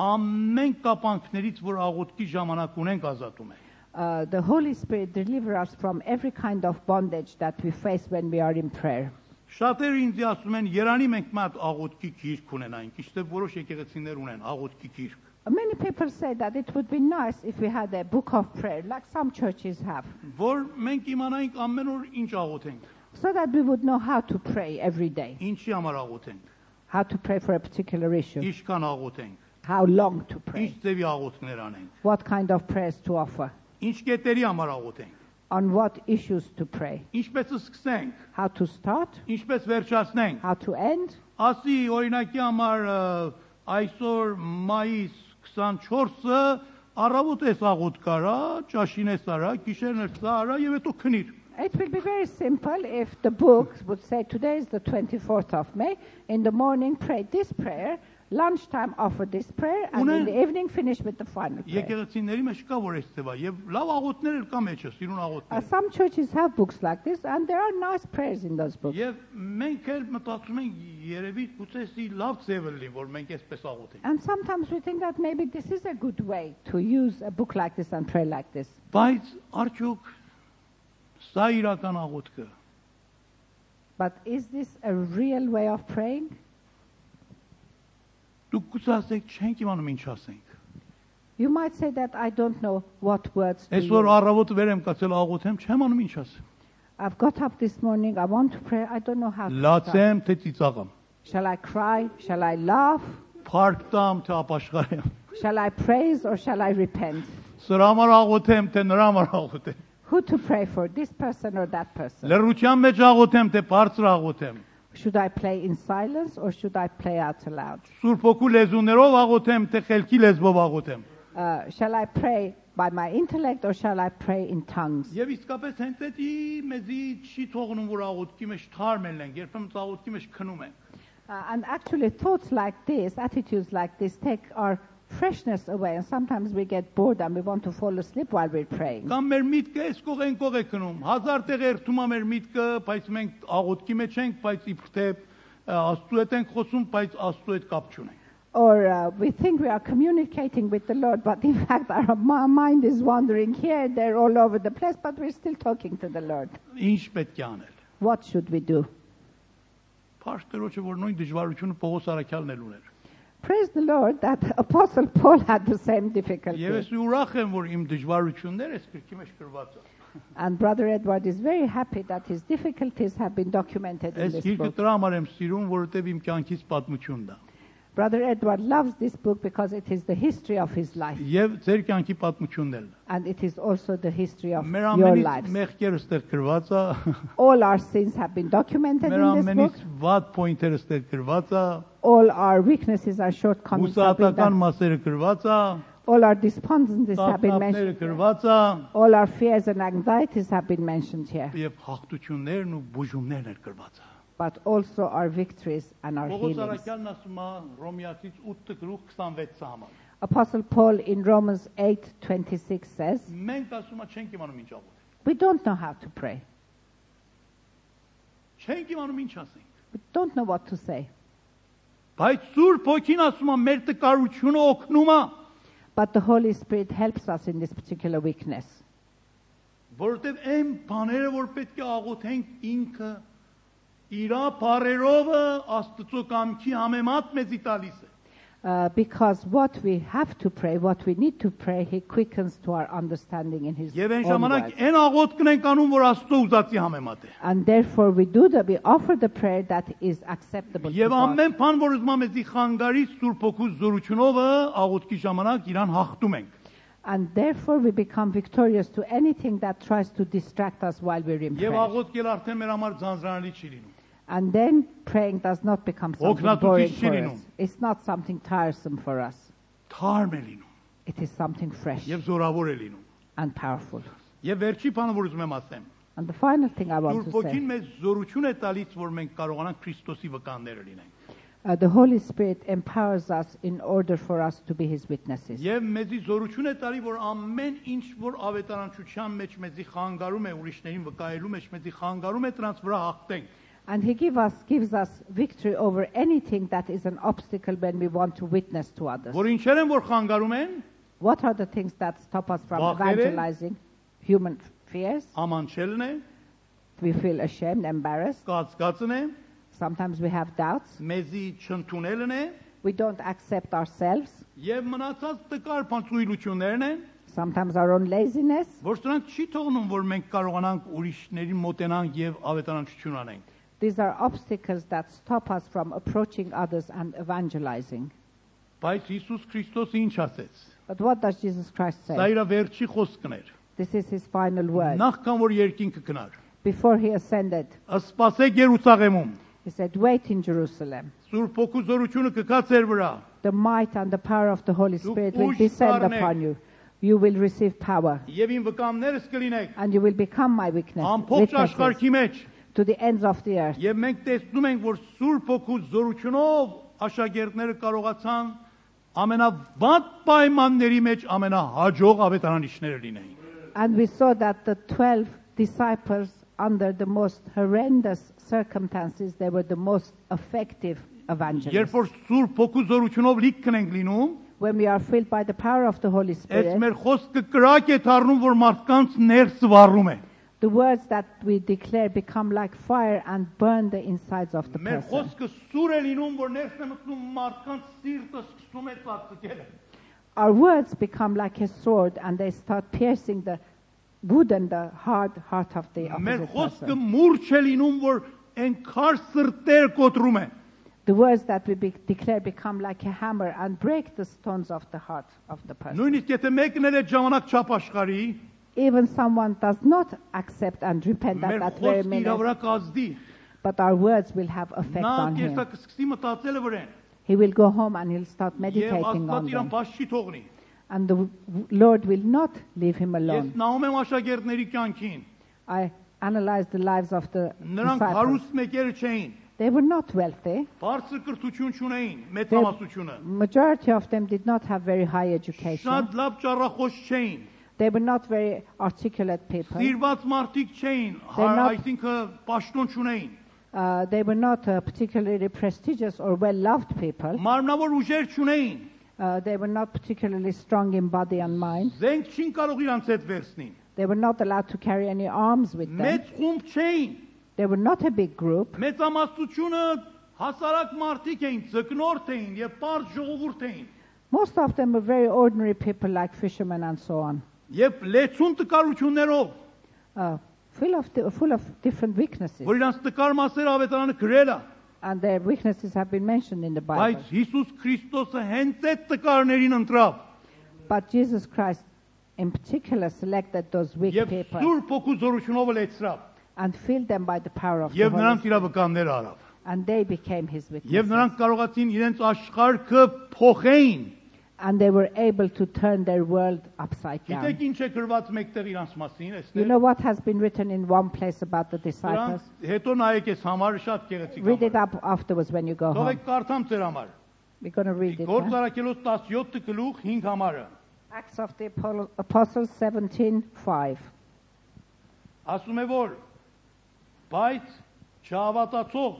S1: ամեն կապանքներից, որ աղոթքի ժամանակ ունենք, ազատում է։
S2: Uh, the Holy Spirit delivers us from every kind of bondage that we face when we are in prayer.
S1: Շատերը ինձ ասում են, «Երանի մենք մատ աղոթքի գիրք ունենայինք», իստե որոշ եկեղեցիներ ունեն աղոթքի գիրք։
S2: Many people say that it would be nice if we had a book of prayer, like some churches have,
S1: որ մենք իմանայինք ամեն օր ինչ աղոթենք,
S2: so that we would know how to pray every day,
S1: ինչի համար աղոթենք,
S2: how to pray for a particular issue,
S1: ինչքան աղոթենք,
S2: how long to
S1: ինչ
S2: pray,
S1: ձևի աղոթքներ անենք,
S2: what kind of prayers to offer,
S1: ինչ կետերի համար աղոթենք,
S2: on what issues to pray,
S1: ինչպես սկսենք,
S2: how to start,
S1: ինչպես վերջացնենք։
S2: how to end.
S1: Ասի օրինակի համար ը, այսօր մայիս 24-ը առավոտ էս աղոտ կարա, ճաշին էս արա, գիշերն էլ սա արա եւ հետո քնիր։
S2: It will be very simple if the book would say today is the 24th of May. In the morning, pray this prayer. Lunchtime, offer this prayer. And in
S1: Una-
S2: the evening, finish with the final prayer.
S1: Եկեղեցիների մեջ կա որ էս տեվա եւ լավ աղոտներ էլ կա մեջը, սիրուն
S2: Uh,
S1: աղոտներ։
S2: some churches have books like this, and there are nice prayers in those books.
S1: Եվ մենք էլ մտածում ենք երևի գուցե սի լավ ծևը լինի, որ մենք էսպես աղոտենք։
S2: And sometimes we think that maybe this is a good way to use a book like this and pray like this.
S1: Բայց արդյոք սա իրական աղոտքը
S2: But is this a real way of praying?
S1: դուք գուցե ասեք չենք իմանում ինչ ասենք։
S2: You might say that I don't know what words to
S1: Այսօր
S2: use.
S1: առավոտ վերեմ կացել աղոթեմ, չեմ անում ինչ ասեմ։
S2: I've got up this morning. I want to pray. I don't know how to start.
S1: Լացեմ թե ծիծաղամ։
S2: Shall I cry? Shall I laugh?
S1: Փարք տամ թե ապաշխարեմ։
S2: Shall I praise or shall I repent?
S1: Սրա համար աղոթեմ թե նրա համար աղոթեմ։
S2: Who to pray for, this person or that person?
S1: Լրության մեջ աղոթեմ թե բարձր աղոթեմ։
S2: Should I play in silence or should I play out aloud?
S1: Սուրբ ոգու լեզուներով աղոթեմ թե խելքի լեզվով աղոթեմ։
S2: Uh, shall I pray by my intellect or shall I pray in tongues?
S1: Եվ իսկապես հենց դա մեզի չի թողնում որ աղոթքի մեջ թարմել ենք, երբեմն աղոթքի մեջ քնում ենք։
S2: Uh, and actually, thoughts like this, attitudes like this, take our freshness away, and sometimes we get bored and we want to fall asleep while we're praying.
S1: Կամ մեր միտքը էս կող են կող է քնում։ Հազար տեղ երթում է մեր միտքը, բայց մենք աղոթքի մեջ ենք, բայց իբր թե ա, Աստծու հետ ենք խոսում, բայց Աստծու հետ կապ չունենք։
S2: Or uh, we think we are communicating with the Lord, but in fact, our mi- mind is wandering here, there, all over the place, but we're still talking to the Lord.
S1: Ինչ պետք է անել։
S2: What should we do?
S1: Փաշտերոջը որ նույն դժվարությունը Պողոս Արաքյալն էլ ուներ։
S2: Praise the Lord that Apostle Paul had the same
S1: Եվ
S2: difficulty.
S1: ես ուրախ եմ, որ իմ դժվարությունները այս գրքի մեջ գրված են։
S2: And Brother Edward is very happy that his difficulties have been documented in
S1: Այս
S2: this
S1: գիրքը
S2: book.
S1: դրա համար եմ սիրում, որովհետև իմ կյանքից պատմությունն է։
S2: Brother Edward loves this book because it is the history of his life.
S1: Եվ ձեր կյանքի պատմությունն էլ։
S2: And it is also the history of
S1: Մեր
S2: your
S1: ամենից
S2: lives.
S1: մեղքերը ստեղ գրված է,
S2: All our sins have been documented
S1: մեր
S2: in this book.
S1: ամենից bad point-երը ստեղ գրված է,
S2: All our weaknesses and shortcomings have been
S1: ուսատական
S2: done.
S1: մասերը գրված է,
S2: All our despondencies have been
S1: ծախսապները
S2: mentioned.
S1: գրված է,
S2: All our fears and anxieties have been mentioned here.
S1: եւ հաղթություններն ու բուժումներն էլ գրված է։
S2: But also our victories and our
S1: Պողոս
S2: healings.
S1: Արաքյալն ասում է Ռոմեացից 8 գրուխ 26-ը համար։
S2: Apostle Paul in Romans 8:26 says,
S1: Մենք ասում ենք չենք իմանում ինչ աղոթել։
S2: "We don't know how to pray.
S1: Չենք իմանում ինչ ասենք։
S2: We don't know what to say.
S1: Բայց Սուրբ Հոգին ասում է մեր տկարությունը օգնում է,
S2: But the Holy Spirit helps us in this particular weakness,
S1: որովհետև այն բաները, որ պետք է աղոթենք ինքը իր բարերովը Աստծո կամքի համեմատ մեզի տալիս է։
S2: uh, because what we have to pray, what we need to pray, He quickens to our understanding in His
S1: Եվ այն
S2: own
S1: ժամանակ
S2: word.
S1: այն աղոթքն ենք անում, որ Աստծո ուզածի համեմատ է։
S2: And therefore, we do that. We offer the prayer that is acceptable. To
S1: Եվ
S2: God.
S1: ամեն բան, որ ուզում է մեզի խանգարի Սուրբ Հոգու զորությունովը աղոթքի ժամանակ իրան հաղթում ենք։
S2: And therefore, we become victorious to anything that tries to distract us while we're in
S1: Եվ
S2: prayer.
S1: աղոթքը էլ արդեն մեր համար ձանձրանալի չի լինում։
S2: And then praying does not become something
S1: Օգնատուտի
S2: boring
S1: չի
S2: for
S1: լինում։
S2: us. It's not something tiresome for us.
S1: Թարմ է լինում
S2: It is something fresh
S1: եւ զորավոր է լինում։
S2: and powerful.
S1: Եվ վերջի բանը որ ուզում եմ ասեմ,
S2: And the final thing I want
S1: Սուրբ
S2: to
S1: ոգին
S2: say,
S1: մեզ զորություն է տալիս, որ մենք կարողանանք Քրիստոսի վկանները լինենք։
S2: uh, the Holy Spirit empowers us in order for us to be His witnesses.
S1: Եվ մեզի զորություն է տալի, որ ամեն ինչ որ ավետարանչության մեջ մեզի խանգարում է ուրիշներին վկայելու մեջ մեզի խանգարում է դրանց վրա հաղթենք։
S2: And He give us, gives us victory over anything that is an obstacle when we want to witness to others.
S1: Որ ինչեր են որ խանգարում են
S2: What are the things that stop us from
S1: Vakhele.
S2: evangelizing? Human fears.
S1: ամանչելն է,
S2: We feel ashamed, embarrassed.
S1: կածկածն է,
S2: Sometimes we have doubts.
S1: մեզի չընդունելն է,
S2: We don't accept ourselves.
S1: Եվ մնացած տկար փնծույլություններն են,
S2: Sometimes our own laziness.
S1: որ սրանք չի թողնում, որ մենք կարողանանք ուրիշներին մոտենանք եւ ավետարանչություն անենք։
S2: These are obstacles that stop us from approaching others and evangelizing.
S1: Բայց Հիսուս Քրիստոսը ինչ ասեց։
S2: But what does Jesus Christ say?
S1: Սա իր վերջի խոսքն էր։
S2: This is his final word.
S1: Նախքան որ երկինքը գնար,
S2: Before he ascended,
S1: սպասեք Երուսաղեմում։
S2: he said, Wait in Jerusalem.
S1: Սուրբ ոգու զորությունը կգա ձեր վրա։
S2: The might and the power of the Holy
S1: Դուք
S2: Spirit will
S1: ուժ
S2: descend
S1: կառնեք։
S2: upon you. You will receive power
S1: Եվ իմ վկամներս կլինեք
S2: and you will become my witness,
S1: ամբողջ
S2: witnesses
S1: աշխարհի մեջ։
S2: to the ends of the earth.
S1: Եվ մենք տեսնում ենք, որ Սուրբ ոգու զորությունով աշակերտները կարողացան ամենավատ պայմանների մեջ ամենահաջող ավետարանիչները լինեին։
S2: And we saw that the 12 disciples, under the most horrendous circumstances, they were the most effective evangelists.
S1: Երբ որ Սուրբ ոգու զորությունով լիքն ենք լինում,
S2: When we are filled by the power of the Holy
S1: այդ
S2: Spirit,
S1: մեր խոսքը կրակ է դառնում, որ մարդկանց ներս վառում է։
S2: the words that we declare become like fire and burn the insides of the
S1: Մեր
S2: person.
S1: խոսքը սուր է լինում, որ ներս է մտնում մարդկանց սիրտը սկսում է ծածկել։
S2: Our words become like a sword and they start piercing the wood and the hard heart of the
S1: Մեր
S2: opposite
S1: խոսքը
S2: person.
S1: մուրջ է լինում, որ այն քար սրտեր կոտրում է։
S2: The words that we be- declare become like a hammer and break the stones of the heart of the person.
S1: Նույնիսկ եթե մեկն էլ այդ ժամանակ չափ աշխարհի,
S2: Even someone does not accept and repent at
S1: մեր
S2: that very
S1: խոսքը իր
S2: minute,
S1: վրա կազդի։
S2: but our words will have effect
S1: Նա
S2: on him.
S1: կեսա կսկսի մտածել վրան։
S2: He will go home and he'll start
S1: Եվ
S2: meditating on
S1: Աստված իրան
S2: them.
S1: բաց չի թողնի։
S2: And the w- Lord will not leave him
S1: Ես
S2: alone.
S1: նայում եմ աշակերտների կյանքին։
S2: I analyzed the lives of the
S1: Նրանք
S2: disciples.
S1: հարուստ մեկերը չէին,
S2: They were not wealthy.
S1: բարձր կրթություն չունեին, մեծամասնությունը։
S2: Majority of them did not have very high education.
S1: Շատ լավ ճառախոս չէին,
S2: They were not very articulate people.
S1: սիրված մարդիկ չէին, հա-
S2: They're not-
S1: այսինքն պաշտոն չունեին։
S2: Uh, they were not uh, particularly prestigious or well-loved people.
S1: Մարմնավոր ուժեր չունեին։
S2: Uh, they were not particularly strong in body and mind.
S1: Զենք չին կարող իրանց հետ վերցնին։
S2: They were not allowed to carry any arms with them.
S1: Մեծ խումբ չէին։
S2: They were not a big group.
S1: Մեծամասնությունը հասարակ մարդիկ էին, ձկնորդ էին եւ པարզ ժողովուրդ էին։
S2: Most of them were very ordinary people like fishermen and so on,
S1: Եվ լեցուն տկարություններով,
S2: uh, full, of di- full of different weaknesses.
S1: որ իրանց տկար մասերը ավետարանը գրել է,
S2: And their weaknesses have been mentioned in the Bible.
S1: բայց Հիսուս Քրիստոսը հենց այդ տկարներին ընտրավ
S2: But Jesus Christ in particular selected those weak
S1: եւ
S2: people
S1: Սուրբ ոգու զորությունով լեցրավ
S2: and filled them by the power of the
S1: եւ
S2: Holy
S1: նրանց
S2: Spirit.
S1: իրավականներ արավ։
S2: And they became his
S1: Եվ
S2: witnesses.
S1: նրանք կարողացին իրենց աշխարհը փոխեին։
S2: And they were able to turn their world upside down.
S1: Գիտեք ինչ է գրված մեկտեղ իրանց մասին,
S2: You
S1: այսպես։
S2: know what has been written in one place about the disciples?
S1: Դրանք հետո նայեք այս համարը շատ գեղեցիկ
S2: Read it
S1: համար։
S2: up afterwards when you go home.
S1: Թողեք կարդամ ձեր համար։
S2: We're going to read it. huh?
S1: Գործարակելոց 17 գլուխ 5 համարը։
S2: Acts of the Apo- Apostles 17:5.
S1: Ասում է որ բայց չհավատացող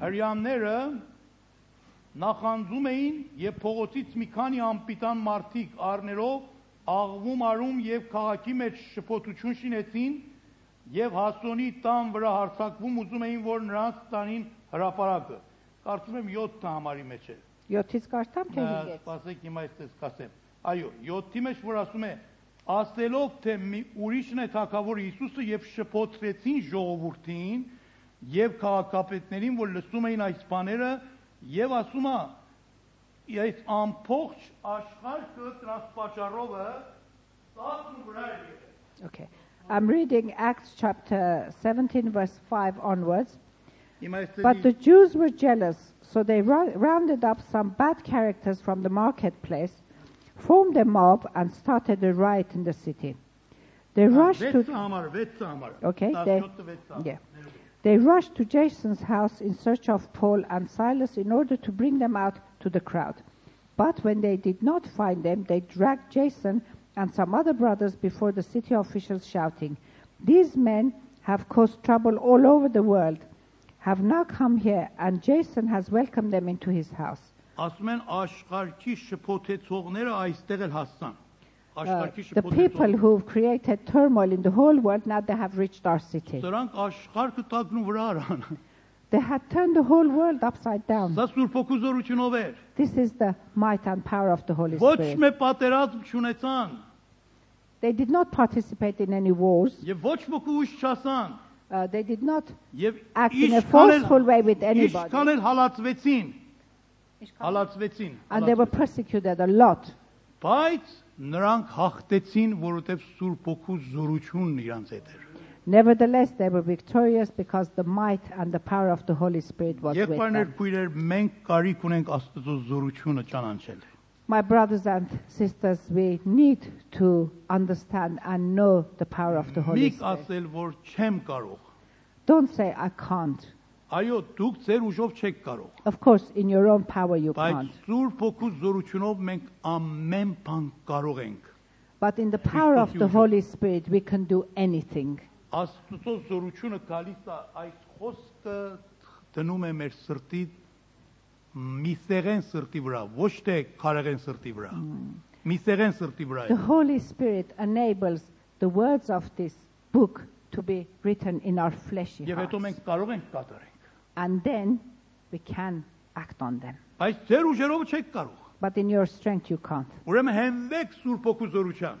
S1: հрьяաները նախանձում էին եւ փողոցից մի քանի անպիտան մարդիկ առներով աղվում արում եւ քաղաքի մեջ շփոթություն շինեցին եւ հասոնի տան վրա հարցակվում ուզում էին որ նրանց տանին հրաապարակը կարծում եմ 7 համարի մեջ է
S2: Յոթից կարդամ թե
S1: Նա,
S2: հինգից։
S1: Սպասեք, հիմա այստես կասեմ։ Այո, 7-ի մեջ որ ասում է, ասելով թե մի ուրիշն է թակավոր Հիսուսը եւ շփոթրեցին ժողովրդին եւ քաղաքապետներին, որ լսում էին այս բաները եւ ասում է, այս ամբողջ աշխարհը դրանց պատճառովը ծածկ վրա է։ եղել»։
S2: Okay. I'm reading Acts chapter 17 verse 5 onwards.
S1: Հիմա այստեղ
S2: But the Jews were jealous, so they rou- rounded up some bad characters from the marketplace, formed a mob and started a riot in the city. They
S1: Ah,
S2: rushed to
S1: 6 համար, 6 համար։
S2: Okay, դե- they-
S1: 17-ը 6 համար։
S2: Yeah. They rushed to Jason's house in search of Paul and Silas in order to bring them out to the crowd. But when they did not find them, they dragged Jason and some other brothers before the city officials, shouting, These men have caused trouble all over the world, have now come here, and Jason has welcomed them into his house.
S1: Ասում են աշխարհքի շփոթեցողները այստեղ էլ հասան։
S2: Uh,
S1: Աշխարհքի
S2: the people
S1: շփոթեցողները։
S2: who created turmoil in the whole world, now they have reached our city.
S1: Սրանք աշխարհը տակնու վրա արան։
S2: They had turned the whole world upside down.
S1: Սա Սուրբ ոգուզորությունով էր։
S2: This is the might and power of the Holy
S1: Ոչ
S2: Spirit.
S1: մի պատերազմ չունեցան
S2: They did not participate in any wars.
S1: եւ ոչ ոք ուշ չասան
S2: Uh, they did not
S1: եւ
S2: act in a
S1: ինչքան էլ-
S2: forceful way with anybody.
S1: Ինչքան էլ հալածվեցին, հալածվեցին,
S2: And they were
S1: հալածվեցին,
S2: persecuted a lot.
S1: բայց նրանք հաղթեցին, որովհետև Սուրբ ոգու զորությունն իրանց հետ էր։
S2: Nevertheless, they were victorious because the might and the power of the Holy Spirit was with
S1: Եղբայրներ,
S2: them.
S1: քույրեր, մենք կարիք ունենք Աստծո զորությունը ճանաչել։
S2: My brothers and sisters, we need to understand and know the power of the
S1: Մի
S2: Holy Spirit.
S1: ասել, որ չեմ կարող։
S2: Don't say, I can't.
S1: Այո, դուք ձեր ուժով չեք կարող,
S2: Of course, in your own power you can't.
S1: բայց Սուրբ ոգու զորությունով մենք ամեն բան կարող ենք։
S2: But in the power of the
S1: Confusion.
S2: Holy Spirit, we can do anything.
S1: Աստծո զորությունը գալիս է այս խոսքը դնում է մեր սրտի միսեղեն սրտի վրա, ոչ թե քարեղեն սրտի վրա։ Միսեղեն սրտի վրա։ է։
S2: The Holy Spirit enables the words of this book to be written in our fleshy
S1: Եվ հետո
S2: hearts.
S1: մենք կարող ենք կատարենք։
S2: And then we can act on them.
S1: Բայց ձեր ուժերով չեք կարող։
S2: But in your strength, you can't.
S1: Ուրեմն հենվեք Սուրբ Հոգու զորության։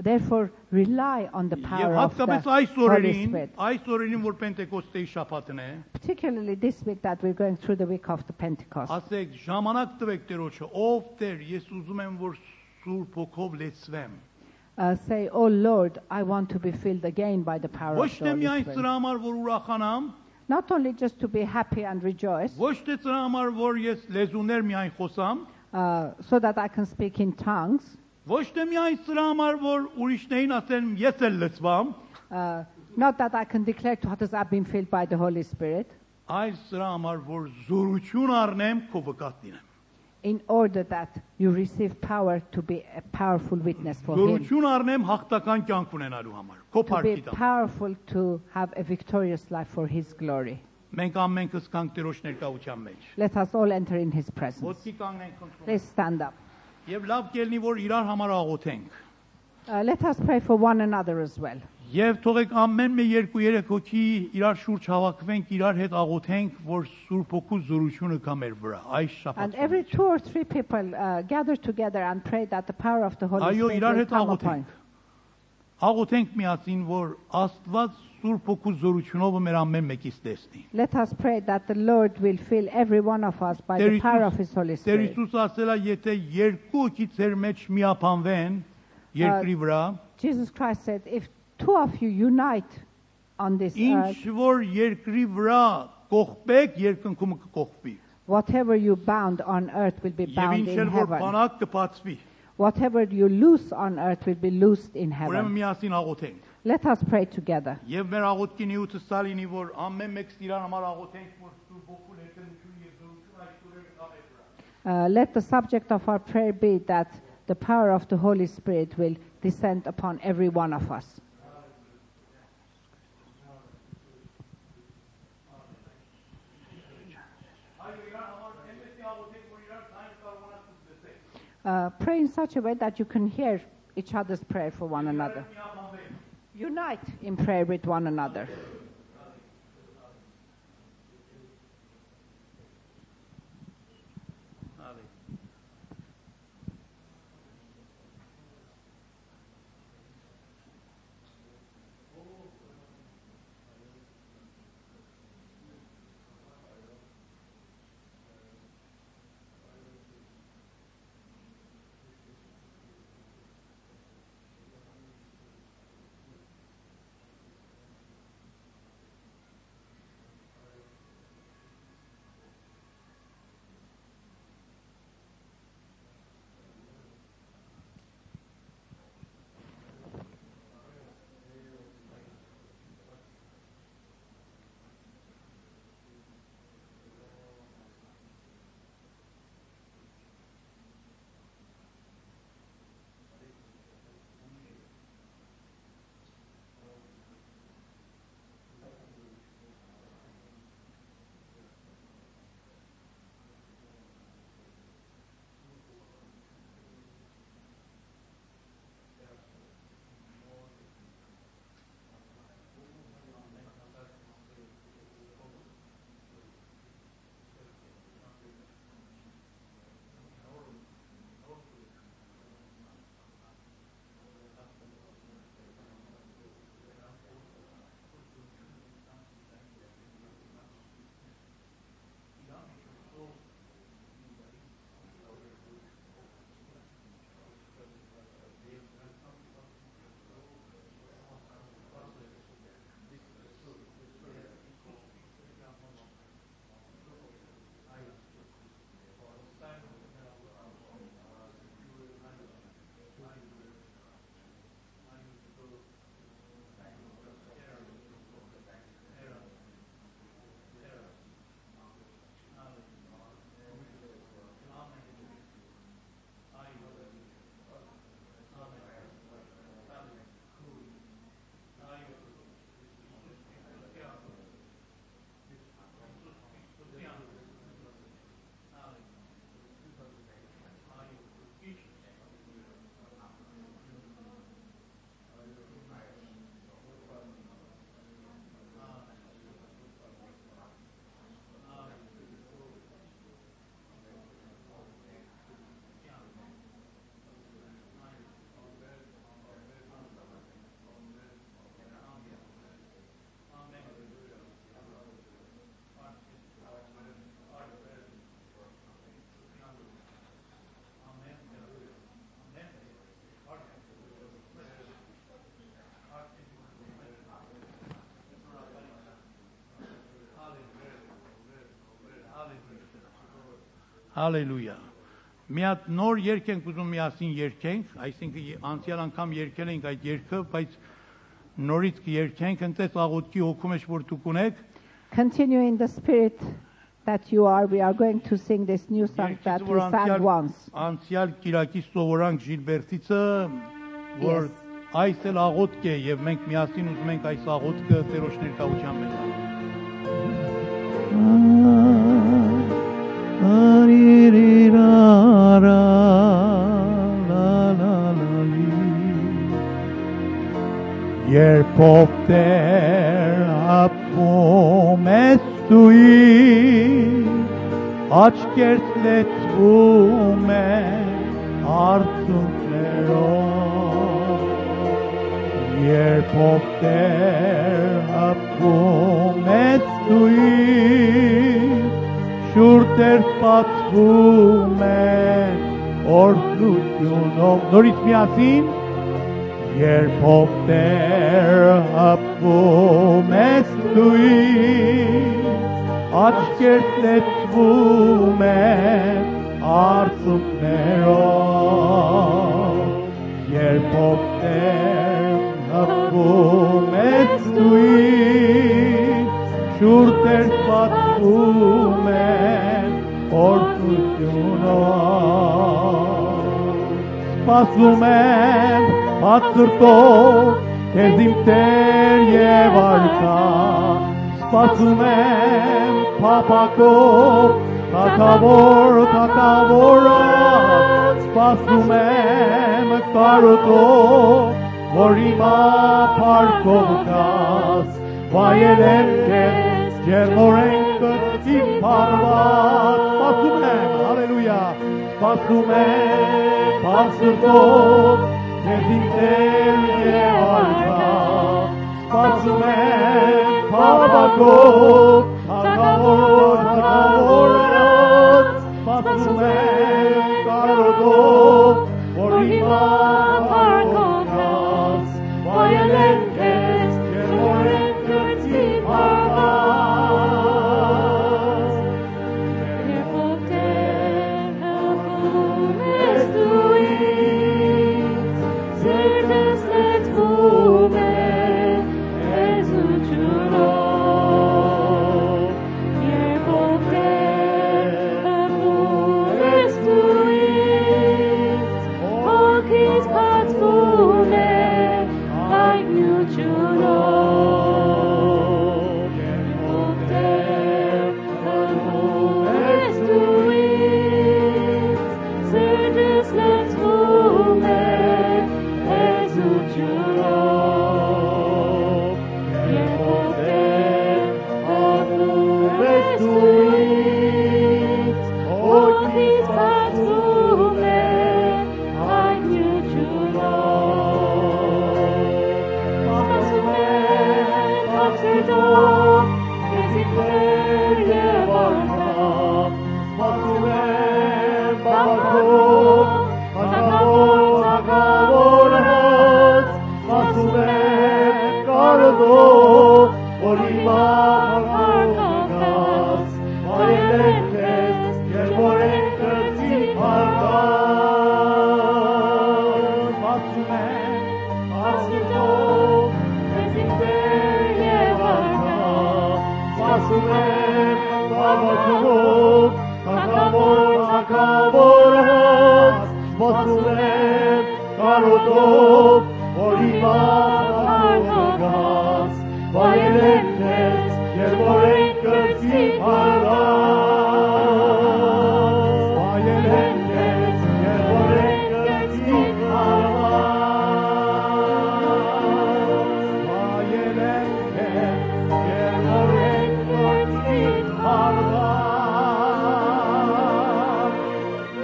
S2: Therefore, rely on the
S1: Եվ
S2: power of the
S1: հատկապես այս
S2: Holy
S1: օրերին,
S2: Spirit.
S1: այս օրերին, որ Պենտեկոստեի շաբաթն է,
S2: Particularly this week that we're going through the week of the Pentecost.
S1: ասեք ժամանակ տվեք Տերոջը, ով Տեր, ես ուզում եմ, որ Սուրբ Հոգով լեցվեմ։
S2: Uh, say, Oh Lord, I want to be filled again by the power
S1: Ոչ
S2: of
S1: թե
S2: the Holy
S1: միայն
S2: Spirit.
S1: սրա համար, որ ուրախանամ,
S2: Not only just to be happy and rejoice,
S1: Ոչ թե ծրա համար, որ ես լեզուներ միայն խոսամ,
S2: uh, so that I can speak in tongues,
S1: ոչ թե միայն ծրա համար, որ ուրիշներին ասեմ, ես էլ լծվամ,
S2: uh, not that I can declare to others I've been filled by the Holy Spirit,
S1: այլ ծրա համար, որ զորություն առնեմ քո վկաս լինեմ։
S2: in order that you receive power to be a powerful witness for Him,
S1: Զորություն առնեմ հաղթական կյանք ունենալու համար, քո
S2: to be
S1: փառքի տակ։
S2: powerful to have a victorious life for His glory.
S1: Մենք ամենքս կանք Տերոջ ներկայության մեջ։
S2: Let us all enter in His presence.
S1: Ոտքի կանգնենք խնդրում։
S2: Please stand up.
S1: եմ։ Եվ լավ կելնի, որ իրար համար աղոթենք։
S2: Uh, let us pray for one another as well.
S1: Եվ թողեք ամեն մի երկու երեք հոգի իրար շուրջ հավաքվենք, իրար հետ աղոթենք, որ Սուրբ Հոգու զորությունը կա մեր վրա։ Այս
S2: And
S1: շաբաթ։
S2: every two or three people uh, gather together and pray that the power of the Holy
S1: Այո,
S2: Spirit
S1: իրար
S2: will
S1: հետ
S2: come upon.
S1: աղոթենք։ Աղոթենք միասին, որ Աստված Սուրբ Հոգու զորությունով մեր ամեն մեկից տեսնի։
S2: Let us pray that the Lord will fill every one of us by
S1: Տեր
S2: the power
S1: Հիսուս-
S2: of His Holy
S1: Տեր
S2: Spirit.
S1: Հիսուս ասել է, եթե երկու հոգի ձեր մեջ միապանվեն երկրի վրա,
S2: Jesus Christ said, if two of you unite on this earth,
S1: ինչ որ երկրի վրա կողպեք, երկնքում կկողպի։
S2: whatever you bound on earth will be
S1: Եվ
S2: bound
S1: ինչ
S2: in
S1: էլ որ
S2: heaven.
S1: բանակ կբացվի։
S2: Whatever you loose on earth will be loosed in
S1: Ուրեմն
S2: heaven.
S1: միասին աղոթենք։
S2: Let us pray together.
S1: Եվ մեր աղոթքի նյութը սա լինի, որ ամեն մեկ իրար համար աղոթենք, որ Սուրբ Հոգու ներկայությունը եւ զորությունը այս օրերը կա մեր վրա։
S2: Uh, let the subject of our prayer be that the power of the Holy Spirit will descend upon every one of us. Uh, pray in such a way that you can hear each other's prayer for one another. Unite in prayer with one another.
S1: Հալելույա։ Մի հատ նոր երգ ենք ուզում միասին երգենք, այսինքն անցյալ անգամ երգել ենք այդ երգը, բայց նորից կերգենք, ընտես աղոթքի հոգում է, որ դուք ունեք,
S2: Continue in the spirit that you are. We are going to sing this new song that
S1: Երկիծը,
S2: we
S1: որ
S2: sang
S1: անցյալ
S2: once.
S1: անցյալ Կիրակի սովորանք Ժիլբերտիցը որ
S2: Yes.
S1: այս էլ աղոտք է եւ մենք միասին ուզում ենք այս աղոտքը Տերոջ ներկայության մեջ անել։ Երբ օպտեր ապում ես դու աչքերս լեցվում է արցունքներով Երբ օպտեր ապում ես դու շուրտերս պատվում է օրհնությունով նորից միասին Երբ օպտեր ապում ես դու աչքերս լեցվում է արցունքներով երբ օպտեր հպում ես դուի շուրտեր պատում են օրդությունով սպասում եմ հացրտով, կեզ իմ տեր և արկա, սպասում եմ պապակով, թակավոր, թակավորած, սպասում եմ կարոտով, որ իմա պարկով գաս, վայել եմ կեզ, ջեր մորենք կրծի պարված, սպասում եմ, հալելույա, սպասում եմ, Բարձրտով դեպիտեր եւ ալքա Սպասում եմ հավակով Թագավոր թագավորած Սպասում եմ կարոտով Որ հիմա հարկով գաս Վայել են քեզ Եվ որ են կրծի պարված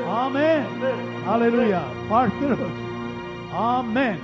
S1: Amen. Hallelujah. Parthenos. Amen.